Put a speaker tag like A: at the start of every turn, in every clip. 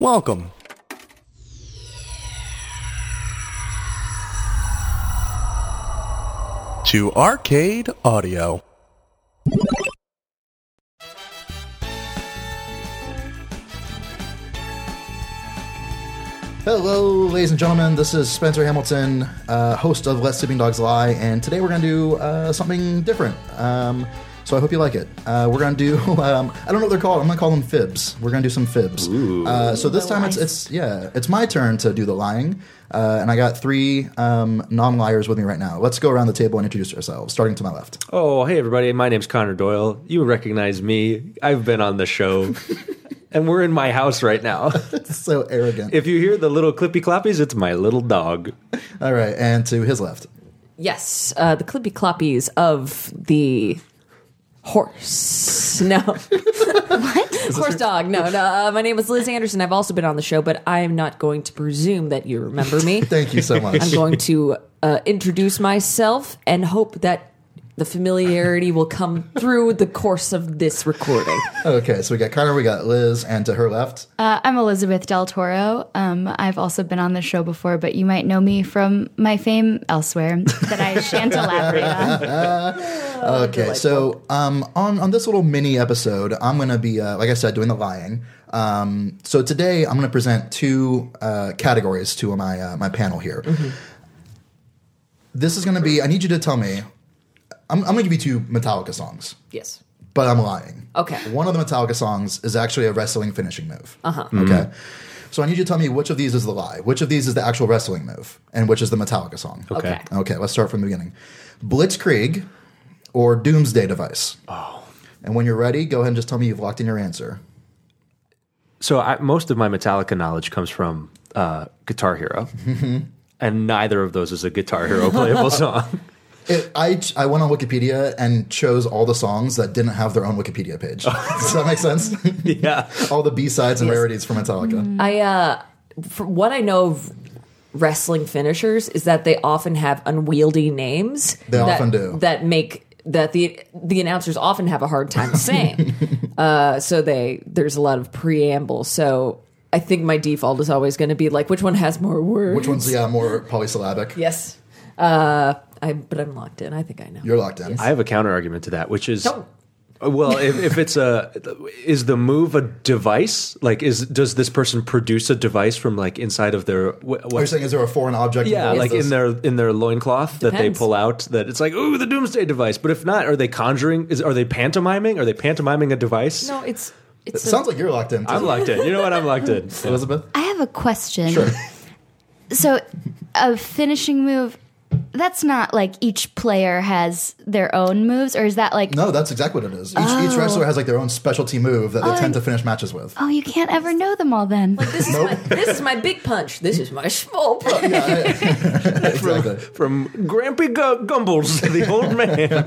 A: Welcome. To Arcade Audio.
B: Hello, ladies and gentlemen. This is Spencer Hamilton, uh, host of Let Sleeping Dogs Lie, and today we're going to do uh, something different. Um, so I hope you like it. Uh, we're going to do, um, I don't know what they're called. I'm going to call them fibs. We're going to do some fibs. Uh, so this time it's, it's, yeah, it's my turn to do the lying. Uh, and I got three um, non liars with me right now. Let's go around the table and introduce ourselves, starting to my left.
C: Oh, hey everybody. My name's Connor Doyle. You recognize me. I've been on the show. and we're in my house right now.
B: so arrogant.
C: If you hear the little clippy cloppies, it's my little dog.
B: All right, and to his left.
D: Yes, uh, the clippy cloppies of the horse. No, what? Horse dog. No, no. Uh, my name is Liz Anderson. I've also been on the show, but I am not going to presume that you remember me.
B: Thank you so much.
D: I'm going to uh, introduce myself and hope that the familiarity will come through the course of this recording.
B: okay, so we got Connor, we got Liz, and to her left.
E: Uh, I'm Elizabeth Del Toro. Um, I've also been on the show before, but you might know me from my fame elsewhere that I shan't elaborate on.
B: Okay, so um, on on this little mini episode, I'm gonna be uh, like I said, doing the lying. Um, so today, I'm gonna present two uh, categories to my uh, my panel here. This is gonna be. I need you to tell me. I'm, I'm gonna give you two Metallica songs,
D: yes.
B: but I'm lying.
D: Okay.
B: One of the Metallica songs is actually a wrestling finishing move. Uh huh. Okay. So I need you to tell me which of these is the lie, which of these is the actual wrestling move, and which is the Metallica song.
D: Okay.
B: Okay, let's start from the beginning. Blitzkrieg or Doomsday Device. Oh. And when you're ready, go ahead and just tell me you've locked in your answer.
C: So I, most of my Metallica knowledge comes from uh, Guitar Hero. and neither of those is a Guitar Hero playable song.
B: It, I, I went on Wikipedia and chose all the songs that didn't have their own Wikipedia page. Does that make sense?
C: Oh. yeah.
B: all the B sides and rarities for Metallica.
D: I, uh, from what I know of wrestling finishers, is that they often have unwieldy names.
B: They
D: that,
B: often do.
D: That make that the the announcers often have a hard time saying. uh, so they there's a lot of preamble. So I think my default is always going to be like, which one has more words?
B: Which one's yeah more polysyllabic?
D: Yes. Uh, I but I'm locked in. I think I know.
B: You're locked in.
C: I have a counter argument to that, which is
D: Don't.
C: well, if, if it's a is the move a device? Like, is does this person produce a device from like inside of their what,
B: Are you saying is there a foreign object?
C: Yeah,
B: involved
C: like
B: this?
C: in their in their loincloth that they
D: Depends.
C: pull out. That it's like, ooh, the doomsday device. But if not, are they conjuring? Is are they pantomiming? Are they pantomiming a device?
D: No, it's it's a-
B: Sounds like you're locked in. Too.
C: I'm locked in. You know what? I'm locked in.
B: Elizabeth.
E: I have a question. So, a finishing move. That's not like each player has their own moves, or is that like?
B: No, that's exactly what it is. Each, each wrestler has like their own specialty move that they tend to finish matches with.
E: Oh, you can't ever know them all then.
D: this is my this is my big punch. This is my small punch.
B: exactly.
C: From Grampy Gu- Gumbles to the old man.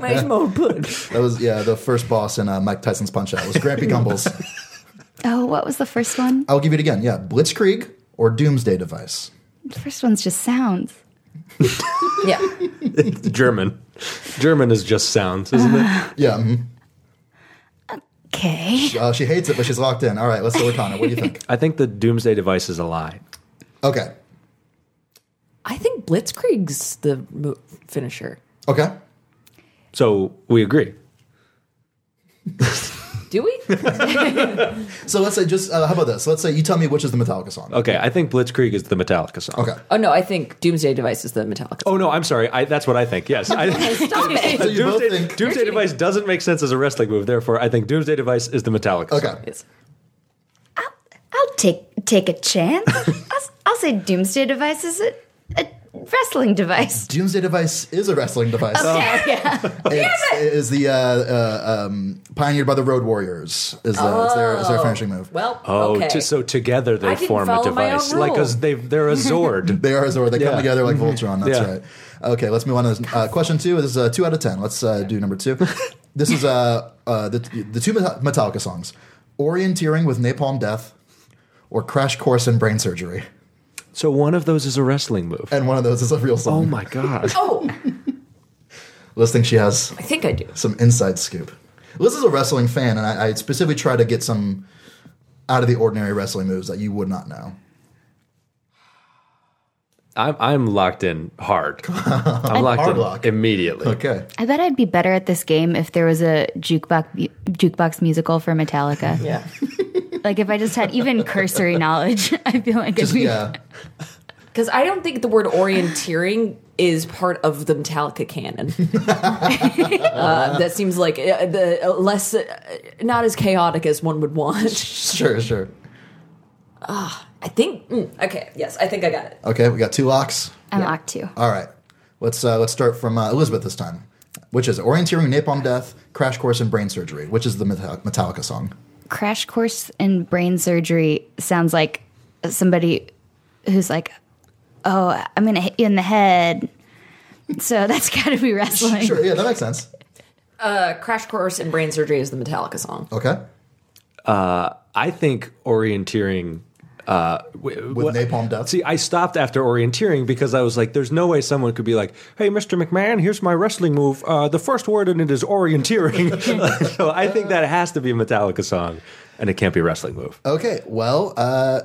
D: My small punch.
B: That was yeah the first boss in uh, Mike Tyson's Punch Out was Grampy Gumbles.
E: Oh, what was the first one?
B: I'll give it again. Yeah, Blitzkrieg or Doomsday Device.
E: The first one's just sounds.
D: Yeah.
C: German. German is just sounds, isn't it?
B: Yeah, mhm.
E: Okay.
B: uh, she hates it, but she's locked in. All right, let's go with Connor. What do you think?
C: I think the doomsday device is a lie.
B: Okay,
D: I think Blitzkrieg's the mo- finisher.
B: okay.
C: So we agree.
D: Do we?
B: So let's say just uh, how about this? Let's say you tell me which is the Metallica song.
C: Okay, I think Blitzkrieg is the Metallica song.
B: Okay.
D: Oh no, I think Doomsday Device is the Metallica.
C: Oh no, I'm sorry. I, that's what I think. Yes, I,
D: Stop
B: So
D: it.
B: you both
C: Doomsday,
B: think
C: Doomsday Device doesn't make sense as a wrestling move. Therefore, I think Doomsday Device is the Metallica. song.
B: okay.
E: I'll take take a chance. I'll, I'll say Doomsday Device is a, a wrestling device.
B: Doomsday Device is a wrestling device.
E: Oh,
B: It's, it is the uh, uh, um, pioneered by the Road Warriors. Is, the, is their is their finishing move?
D: Well,
C: Oh,
D: okay.
C: t- so together they
D: I didn't
C: form a
D: follow my own
C: device. Like
D: rule.
C: a, they, they're a Zord.
B: They are Azor. They come
C: Yeah. Mm-hmm.
B: together like Voltron. That's
C: Yeah.
B: right. Okay, let's move on to uh, question two. This is uh, two out of ten. Let's uh, do number two. this is uh, uh, the, the two Meta- Metallica songs Orienteering with Napalm Death or Crash Course in Brain Surgery.
C: so one of those is a wrestling move.
B: And one of those is a real
C: Oh
B: song.
C: my god!
D: oh,
B: Liz thinks she has
D: I think I do.
B: some inside scoop. Liz is a wrestling fan, and I, I specifically try to get some out of the ordinary wrestling moves that you would not know.
C: I'm I'm locked in hard. I'm locked
B: Hard
C: in
B: lock.
C: immediately.
B: Okay.
E: I bet I'd be better at this game if there was a jukebox mu- jukebox musical for Metallica.
D: Yeah.
E: Like if I just had even cursory knowledge, I feel like I'd be
B: Yeah.
D: Because I don't think the word orienteering is part of the Metallica canon. uh, that seems like uh, the uh, less, uh, not as chaotic as one would want.
B: Sure, sure.
D: I think. mm, okay. Yes, I think I got it.
B: Okay, we got two locks.
E: I'm locked too.
B: All right. Let's uh, let's start from uh, Elizabeth this time, which is Orienteering Napalm Death, Crash Course in Brain Surgery, which is the Metall- Metallica song.
E: Crash course in brain surgery sounds like somebody who's like, "Oh, I'm gonna hit you in the head." So that's got to be wrestling.
B: Sure, yeah, that makes sense.
D: Uh, Crash Course in Brain Surgery is the Metallica song.
B: Okay.
C: I think orienteering uh, w-
B: With Napalm Death.
C: See, I stopped after orienteering because I was like, "There's no way someone could be like, hey, Mr. McMahon, here's my wrestling move. Uh, the first word in it is orienteering.' so I think that has to be a Metallica song, and it can't be a wrestling move.
B: Okay, well, uh,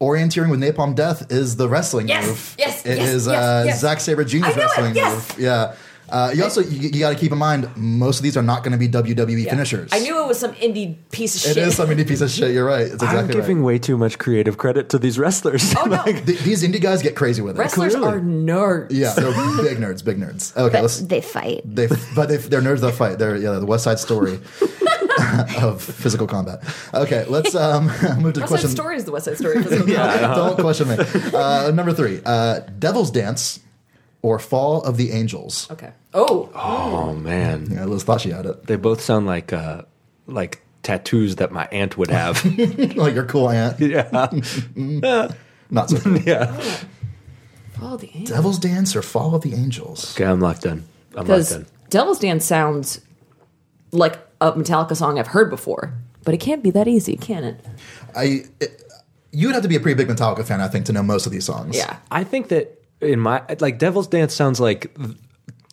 B: Orienteering with Napalm Death is the wrestling
D: Yes,
B: move.
D: yes,
B: It
D: yes,
B: is,
D: yes,
B: uh,
D: yes.
B: Zack Sabre Jr.'s
D: I knew it,
B: wrestling
D: yes.
B: move. Yeah. Uh, you also you, you got to keep in mind most of these are not going to be WWE finishers.
D: I knew it was some indie piece of
B: it
D: shit.
B: is some indie piece of shit. You're right. It's exactly
C: I'm giving
B: right.
C: way too much creative credit to these wrestlers.
D: oh no,
B: Th- these indie guys get crazy with it.
D: wrestlers
C: clearly.
D: are nerds.
B: Yeah, they're big nerds, big nerds. Okay,
E: But
B: let's,
E: they fight.
B: they but they, they're nerds that fight. They're yeah, the West Side Story of physical combat. Okay, let's um, move to
D: West
B: question.
D: Side Story is the West Side Story. physical comedy.
B: Don't question me. Uh, number three, uh, Devil's Dance or Fall of the Angels.
D: Okay. Oh,
C: oh man,
B: Yeah, Liz thought she had it.
C: they both sound like uh, like tattoos that my aunt would have.
B: like your cool aunt.
C: yeah,
B: Not so cool.
C: yeah.
D: Fall of the Angels.
B: Devil's Dance or Fall of the Angels.
C: Okay, I'm locked in. I'm locked
D: Because
C: in.
D: Devil's Dance sounds like a Metallica song I've heard before, but it can't be that easy, can it?
B: I. It, you would have to be a pretty big Metallica fan, I think, to know most of these songs.
D: Yeah.
C: I think that in my like Devil's Dance sounds like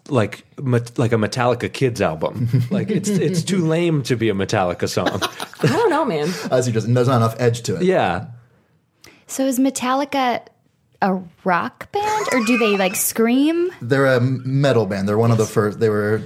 C: like met- like a Metallica kids album. Like it's it's too lame to be a Metallica song.
D: I don't know, man.
B: As you just, there's not enough edge to it.
C: yeah.
E: So is Metallica a rock band or do they like scream?
B: They're a metal band. They're one of the first. They were,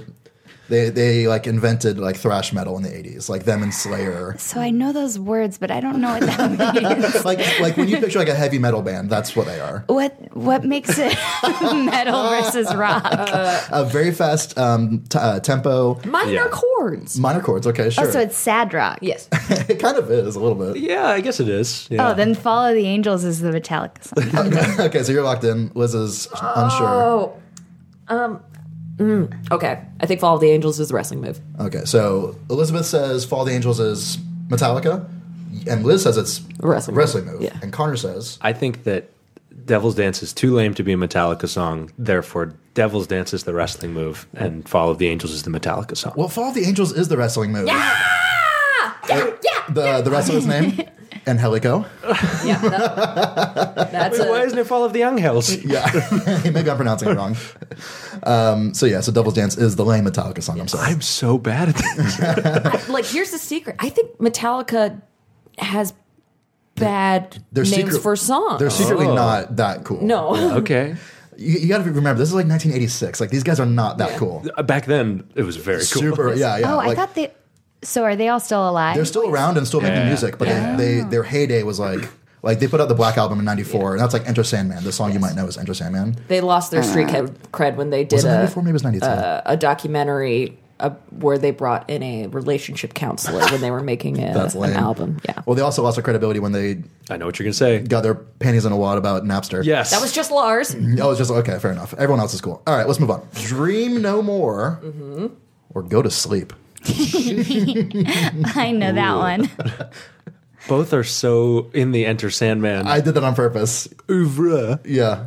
B: they they like invented like thrash metal in the eighties, like them and Slayer.
E: So I know those words, but I don't know what that means.
B: like like when you picture like a heavy metal band, that's what they are.
E: What what makes it metal versus rock?
B: A very fast um, t- uh, tempo,
D: Minor
C: Yeah.
D: chords.
B: minor chords. Okay, sure.
E: Oh, so it's sad rock.
D: Yes.
B: it kind of is a little bit.
C: Yeah, I guess it is. Yeah.
E: Oh, then Follow the Angels is the Metallica song.
B: okay, so you're locked in. Liz is unsure.
D: Oh. Um. mm, okay. I think Fall of the Angels is the wrestling move.
B: Okay, so Elizabeth says "Fall of the Angels" is Metallica, and Liz says it's
D: A wrestling
B: move.
D: move, yeah.
B: And Connor says
C: I think that Devil's Dance is too lame to be a Metallica song. Therefore, Devil's Dance is the wrestling move, and Fall of the Angels is the Metallica song.
B: Well, Fall of the Angels is the wrestling move. Yeah! yeah! The, the wrestler's name? Angelico.
D: Yeah. That, that's a,
C: Why isn't it Fall of the Angels?
B: Yeah. Maybe I'm pronouncing it wrong. Um, so, yeah, so Devil's Dance is the lame Metallica song. I'm sorry.
C: I'm so bad at this.
D: like here's the secret. I think Metallica has bad
B: They're
D: names
B: secret-
D: for songs.
B: They're secretly
C: Oh.
B: not that cool.
D: no.
C: okay.
B: You, you gotta remember, this is like 1986. Like, these guys are not that cool.
C: Uh, Back then, it was very cool.
B: Super, yeah, yeah.
E: Oh, I
B: like,
E: thought they. So are they all still alive?
B: they're still around and still making
C: Yeah.
B: music, but they, they their heyday was like. Like they put out the Black Album in '94, and that's like Enter Sandman. The song you might know is Enter Sandman.
D: They lost their street cred cred when they did
B: Was it
D: a, uh,
B: '94? Maybe it was '92.
D: a documentary uh, where they brought in a relationship counselor when they were making a,
B: That's
D: an
B: lame.
D: album. Yeah.
B: well, they also lost their credibility when they
C: I know what you're going to say.
B: got their panties in a wad about Napster.
C: Yes.
D: that was just Lars.
B: I was just like, okay, fair enough. Everyone else is cool. All right, let's move on. Dream no more, or go to sleep.
E: I know that one.
C: Both are so in the Enter Sandman
B: I did that on purpose.
C: oeuvre.
B: Yeah,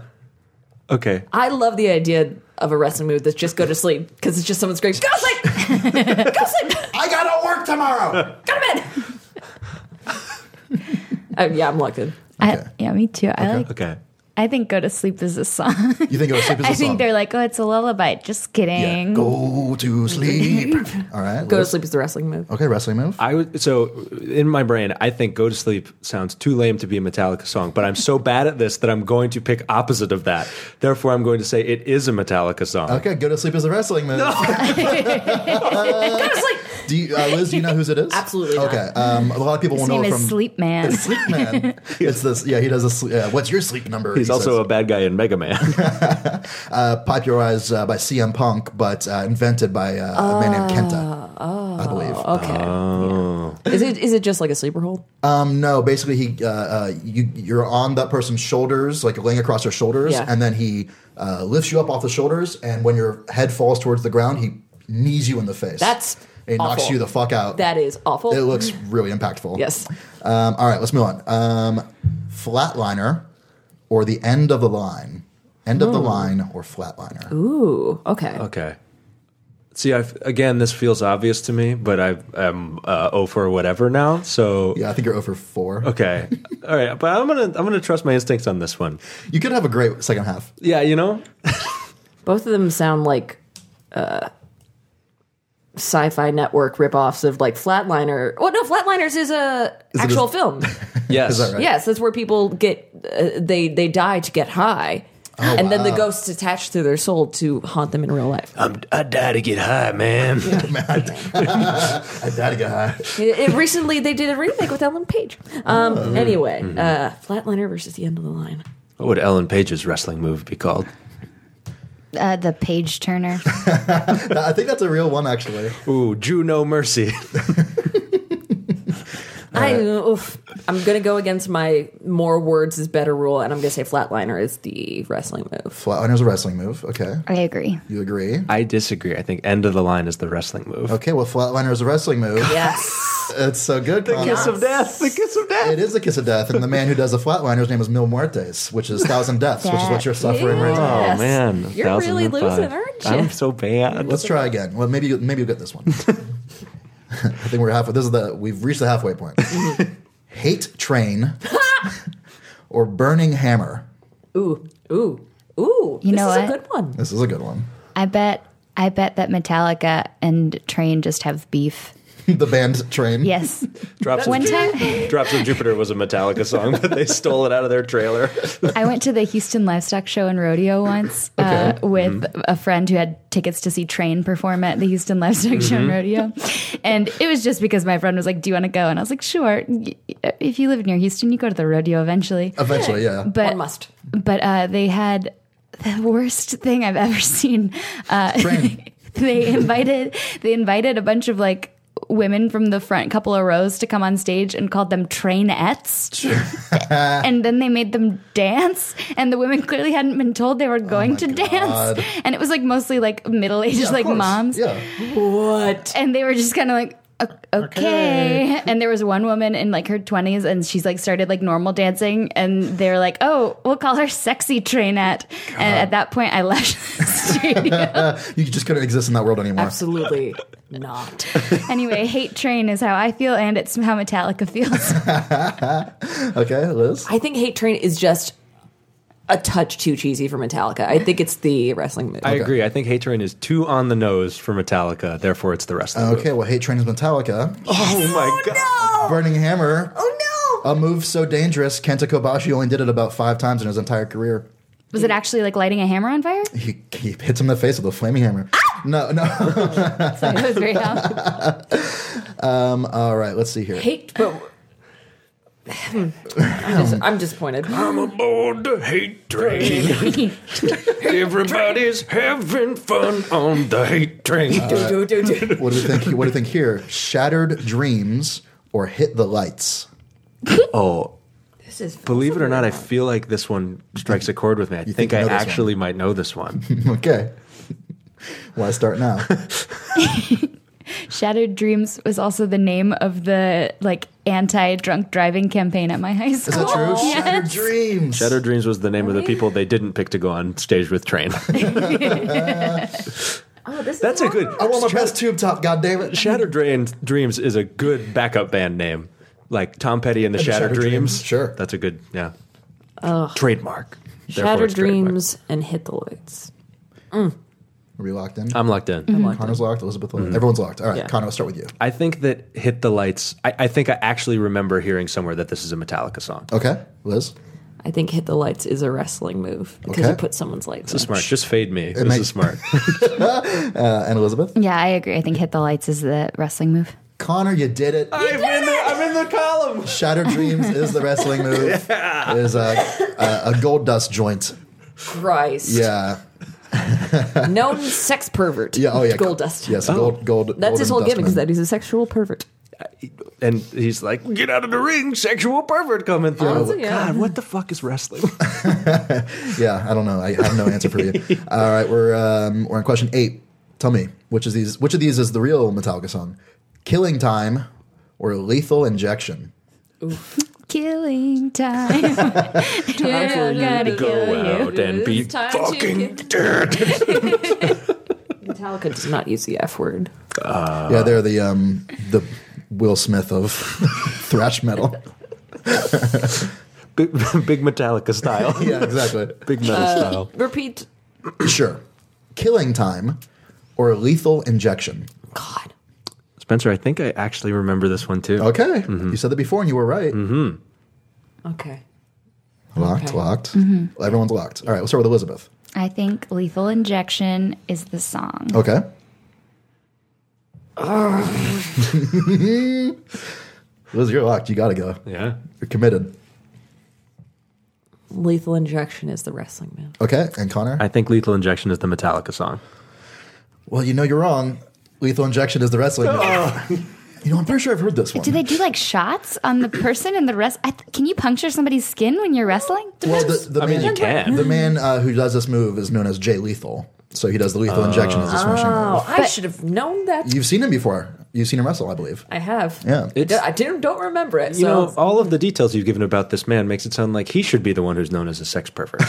C: Okay.
D: I love the idea of a wrestling move that's just go to sleep because it's just someone screams, go to sleep! go to sleep!
B: I gotta work tomorrow.
D: Go to bed! Uh, yeah, I'm locked in.
E: I, yeah, me too. I like
C: Okay.
E: I think "Go to Sleep" is a song.
B: You think it was sleep is a
E: I
B: song?
E: think they're like, oh, it's a lullaby. Just kidding.
B: yeah. Go to sleep. All right.
D: Go to
B: Liz?
D: sleep is the wrestling move.
B: Okay, wrestling move.
C: I would so in my brain, I think "Go to Sleep" sounds too lame to be a Metallica song, but I'm so bad at this that I'm going to pick opposite of that. Therefore, I'm going to say it is a Metallica song.
B: Okay, go to sleep is a wrestling move.
D: Go to sleep.
B: Do you, uh, Liz? Do you know whose it is?
D: Absolutely not.
B: Okay. Um, a lot of people
E: His
B: will know
E: name
B: it from
E: is Sleep Man.
B: Sleep Man. it's this. Yeah, he does a. Sleep, uh, What's your sleep number?
C: He's
B: he
C: also a
B: says.
C: bad guy in Mega Man.
B: uh, popularized uh, by CM Punk, but uh, invented by uh, a man
D: Ah,
B: named Kenta, I believe.
D: Okay.
B: Oh.
D: Yeah. Is it is it just like a sleeper hold?
B: Um, no, basically he uh, uh, you you're on that person's shoulders, like laying across their shoulders,
D: Yeah.
B: and then he uh, lifts you up off the shoulders, and when your head falls towards the ground, he knees you in the face.
D: That's
B: and he knocks
D: awful.
B: you the fuck out.
D: That is awful.
B: it looks really impactful.
D: Yes.
B: Um, all right, let's move on. Um, flatliner or the end of the line. End of the line or flatliner.
D: Hmm. Ooh. Okay.
C: okay. See, i again, this feels obvious to me, but I am uh, oh for whatever now. So
B: Yeah, I think you're over four.
C: okay, all right. But I'm gonna I'm gonna trust my instincts on this one.
B: You could have a great second half.
C: Yeah, you know,
D: Both of them sound like uh, sci-fi network ripoffs of like Flatliner. Oh no, Flatliners is a actual film.
C: yes,
B: Is that right?
D: yes, that's where people get uh, they they die to get high, and then the ghosts attached to their soul to haunt them in real life.
C: I'm, I die to get high, man.
B: I had to get high.
D: it, it- recently, they did a remake with Ellen Page. Um, anyway, uh, Flatliner versus the end of the line.
C: What would Ellen Page's wrestling move be called?
E: Uh, the Page Turner.
B: I think that's a real one, actually.
C: Ooh, Jew no mercy.
D: I oof, I'm gonna go against my more words is better rule, and I'm gonna say Flatliner is the wrestling move.
B: Flatliner's a wrestling move. Okay.
E: I agree.
B: You agree?
C: I disagree. I think end of the line is the wrestling move.
B: Okay, well, Flatliner is a wrestling move.
D: Yes.
B: It's so good. Connor.
C: death. The kiss of death.
B: it is a kiss of death, and the man who does the Flatliner's name is Mil Muertes, which is Thousand Deaths, which is what you're suffering right now.
C: Oh
D: Yes.
C: man,
D: You're
C: 1005.
D: really losing, aren't you?
C: I'm so bad.
B: Let's try again. Well, maybe you, maybe you'll get this one. I think we're halfway. This is the we've reached the halfway point. Hate train or burning hammer.
D: Ooh, ooh, ooh. this
E: You know
D: is a
E: what?
D: good one.
B: This is a good one.
E: I bet. I bet that Metallica and Train just have beef.
B: the band train.
E: Yes.
C: Drops
E: One
C: of,
E: time,
C: Drops of Jupiter was a Metallica song, but they stole it out of their trailer.
E: I went to the Houston Livestock Show and Rodeo once uh, with a friend who had tickets to see Train perform at the Houston Livestock Show and Rodeo. And it was just because my friend was like, Do you want to go? And I was like, Sure. Y- If you live near Houston, you go to the rodeo eventually.
B: Eventually, yeah.
E: But,
D: One must.
E: But uh, they had the worst thing I've ever seen. Uh,
B: Train.
E: they invited they invited a bunch of like women from the front couple of rows to come on stage and called them trainettes and then they made them dance and the women clearly hadn't been told they were going
B: Oh my
E: to
B: God.
E: dance and it was like mostly like middle-aged
B: Yeah, of
E: like
B: course.
E: moms
B: Yeah.
D: What?
E: and they were just kind of like "O- okay. and there was one woman in like her 20s and she's like started like normal dancing and they were like oh we'll call her sexy trainette and at that point i left the studio
B: You just couldn't exist in that world anymore.
D: Absolutely not.
E: Anyway, hate train is how I feel, and it's how Metallica feels.
B: Okay, Liz.
D: I think Hate Train is just a touch too cheesy for Metallica. I think it's the wrestling move.
C: I agree. I think Hate Train is too on the nose for Metallica. Therefore, it's the wrestling. move.
B: Okay, well, Hate Train is Metallica.
C: Oh my god.
B: Burning Hammer,
D: Oh no!
B: a move so dangerous, Kenta Kobashi only did it about five times in his entire career.
E: Was it actually like lighting a hammer on fire?
B: He, he hits him in the face with a flaming hammer.
D: Ah!
B: No, no.
E: Sorry, that was very loud.
B: All right, let's see here.
D: Hate, but I'm, dis- I'm disappointed.
C: I'm aboard the hate train. Everybody's having fun on the hate train.
D: Do, do, do, do.
B: What do we think? What do we think here? Shattered dreams or hit the lights?
C: oh,
D: This is
C: believe it or not, I feel like this one strikes a chord with me. I
B: think
C: think,
B: you know
C: I
B: this one.
C: actually might know this one.
B: Okay. Why start now?
E: Shattered Dreams was also the name of the like anti-drunk driving campaign at my high
B: Is
E: school.
B: that true?
E: Yes.
B: Shattered dreams.
C: Shadow Dreams was the name of the people they didn't pick to go on stage with Train.
D: Oh, this
C: That's
D: is
C: a good.
B: I want my best tube top. God damn it.
C: Shattered Drain Dreams is a good backup band name. Like Tom Petty and the Shattered,
B: Shattered
C: Dreams.
B: Dreams, sure.
C: That's a good, yeah. Trademark. Therefore,
D: Shatter
C: it's trademark.
D: dreams and hit the lights.
B: Are we locked in?
C: I'm locked in.
B: Connor's locked. Elizabeth, locked. everyone's locked. All right,
D: Yeah.
B: Connor, let's start with you.
C: I think that Hit the Lights, I, I think I actually remember hearing somewhere that this is a Metallica song.
B: Okay, Liz.
D: I think hit the lights is a wrestling move because
B: Okay.
D: you put someone's lights.
C: This is
D: out.
C: smart. Just fade me. this
B: might-
C: is smart.
B: Uh, and Elizabeth.
E: Yeah, I agree. I think hit the lights is the wrestling move.
B: Connor, you did it.
C: I'm, in the, I'm in the column.
B: Shattered Dreams is the wrestling move. Is a, a, a gold dust joint.
D: Christ.
B: Yeah.
D: Known sex pervert.
B: Yeah. Oh yeah.
D: Gold dust.
B: Yes. Gold. Gold.
D: That's his
B: Golden
D: whole gimmick is
B: Dustman.
D: that he's a sexual pervert.
C: And he's like, get out of the ring, sexual pervert coming through.
D: Oh, yeah.
C: God, what the fuck is wrestling?
B: Yeah. I don't know. I have no answer for you. All right. We're um, we're on question eight. Tell me which is these which of these is the real Metallica song? Killing Time or Lethal Injection?
E: Killing time.
D: Time for you
E: gotta
D: to
E: kill you.
C: Go out and be
D: It's time to
C: fucking
D: get-
C: dead.
D: Metallica does not use the F word.
B: yeah, they're the um, the Will Smith of thrash metal.
C: big, big Metallica
D: Oh.
C: style.
B: Yeah. Exactly.
C: Big metal
D: Uh,
C: style.
D: Repeat.
B: Sure. Killing Time or Lethal Injection?
D: God.
C: Spencer, I think I actually remember this one too.
B: Okay.
C: Mm-hmm.
B: You said that before and you were right.
D: Okay.
B: Locked,
D: Okay.
B: locked. Everyone's locked. All right, we'll start with Elizabeth.
E: I think lethal injection is the song.
B: Okay.
C: Ah.
B: Liz, you're locked. You got to go.
C: Yeah.
B: You're committed.
D: Lethal injection is the wrestling move.
B: Okay. And Connor?
C: I think Lethal Injection is the Metallica song.
B: well, you know you're wrong. Lethal Injection is the wrestling.
C: Ah.
B: move. you know, I'm pretty sure I've heard this one.
E: Do they do like shots on the person and the rest? I th- can you puncture somebody's skin when you're wrestling?
B: well, the, the
C: I mean,
B: man,
C: you can.
B: The man uh, who does this move is known as Jay Lethal. So he does the
C: Oh.
B: lethal injection as a smashing move.
D: Oh, I should have known that.
B: You've seen him before. You've seen him wrestle, I believe.
D: I have.
B: Yeah.
D: I don't- I didn't, don't remember it. So
C: You know, all of the details you've given about this man makes it sound like he should be the one who's known as a sex pervert.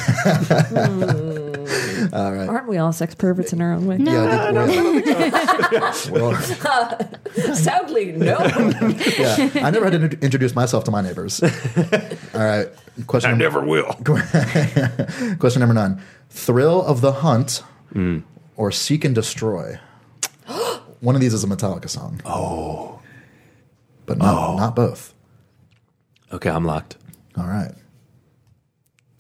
D: aren't we all sex perverts in our own way?
B: Yeah, I think we're all- we're all-
D: Sadly, no.
B: yeah. I never had to int- introduce myself to my neighbors. All right. Question number,
C: will.
B: question number nine. Thrill of the hunt or seek and destroy. One of these is a Metallica song. Oh. But not, not both.
C: Okay, I'm locked.
B: All right.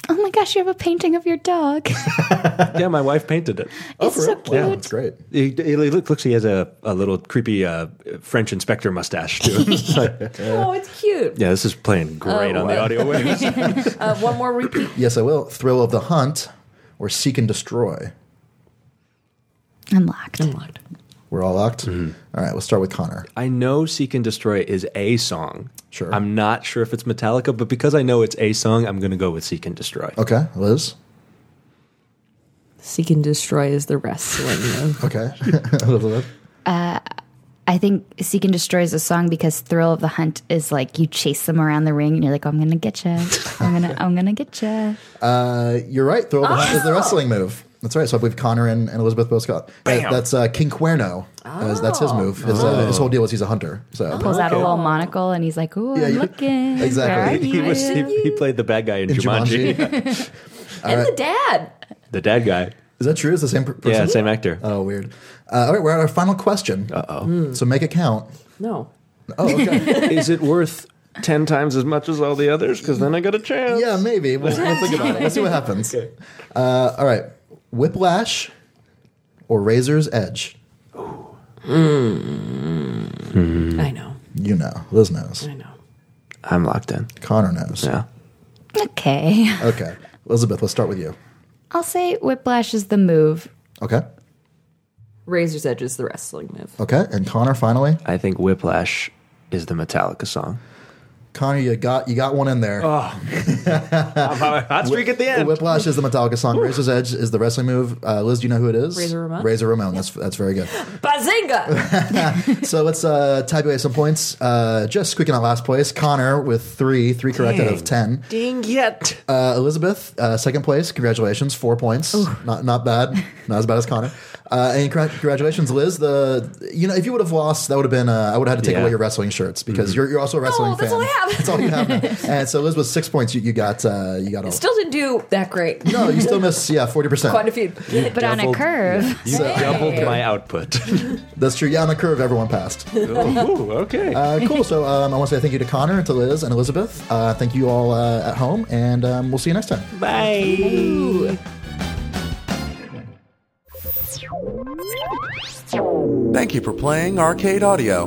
E: Oh my gosh, you have a painting of your dog.
C: Yeah, my wife painted it.
B: Oh,
E: it's so cute.
B: Yeah, that's great.
C: He, he look- looks, he has a, a little creepy uh, French inspector mustache too.
D: oh, it's cute.
C: yeah, this is playing great
D: Oh,
C: on the
D: wow.
C: audio waves.
D: Uh, one more repeat.
B: Yes, I will. Thrill of the hunt or seek and destroy.
E: Unlocked.
D: Unlocked.
B: We're all locked. All right. We'll start with Connor.
C: I know Seek and Destroy is a song.
B: Sure.
C: I'm not sure if it's Metallica, but because I know it's a song, I'm going to go with Seek and Destroy.
B: Okay. Liz.
D: Seek and destroy is the wrestling move.
B: Okay. Elizabeth.
E: I think Seek and Destroy is a song because Thrill of the Hunt is like you chase them around the ring and you're like, I'm gonna get you. I'm gonna, I'm gonna get you.
B: Uh, you're right. Throw the hunt is the wrestling move. That's right. So I believe Connor and, and Elizabeth both got. That, that's uh, King Cuerno. That's- that's his move. His, uh, his whole deal is he's a hunter. So
E: Pulls out a little monocle and he's like, Oh,
B: Yeah,
E: I'm
B: you-
E: looking.
B: exactly.
C: He,
E: Where are
C: was,
E: you?
C: he, he played the bad guy in, Jumanji.
B: Jumanji.
D: and the dad.
C: The dad guy.
B: is that true? Is the same per- person?
C: Yeah, same actor.
B: Oh, weird. Uh, all right, we're at our final question. Uh oh. So make it count.
D: No.
B: Oh, okay.
C: is it worth 10 times as much as all the others? Because then I got a chance.
B: yeah, maybe. We'll, we'll think about it. We'll see what happens. Uh, all right. Whiplash or Razor's Edge?
D: I know.
B: You know. Liz knows.
D: I know.
C: I'm locked in.
B: Connor knows.
C: Yeah.
E: Okay.
B: Okay. Elizabeth, let's start with you.
E: I'll say Whiplash is the move.
B: Okay.
D: Razor's Edge is the wrestling move.
B: Okay. And Connor, finally.
C: I think Whiplash is the Metallica song.
B: Connor, you got you got one in there.
C: Hot streak at the end.
B: Whiplash is the Metallica song. Razor's Edge is the wrestling move. Uh, Liz, do you know who it is?
D: Razor Ramon?
B: Razor Ramon. That's that's very good.
D: Bazinga!
B: so let's uh, tabulate some points. Uh, just squeaking out last place. Connor with three, three correct out of ten.
C: Ding yet.
B: Uh, Elizabeth, uh, second place. Congratulations, four points. Not not bad. Not as bad as Connor. Uh, and congrat- congratulations, Liz. The you know if you would have lost, that would have been uh, I would have had to take
C: Yeah.
B: away your wrestling shirts because you're you're also a wrestling
D: oh,
B: fan.
D: that's all I have.
B: That's all you have. now. and so Liz with six points. You, you got uh, you got all.
D: Still didn't do that great.
B: no, you still miss. Yeah, forty
D: Quite a
B: percent.
D: few.
E: but on a
C: Doubled-
E: curve.
C: You doubled my output.
B: That's true. Yeah, on a curve, everyone passed.
C: Ooh, okay.
B: Uh, cool. So um, I want to say thank you to Connor, to Liz, and Elizabeth. Uh, thank you all uh, at home, and um, we'll see you next time.
C: Bye.
A: Thank you for playing Arcade Audio.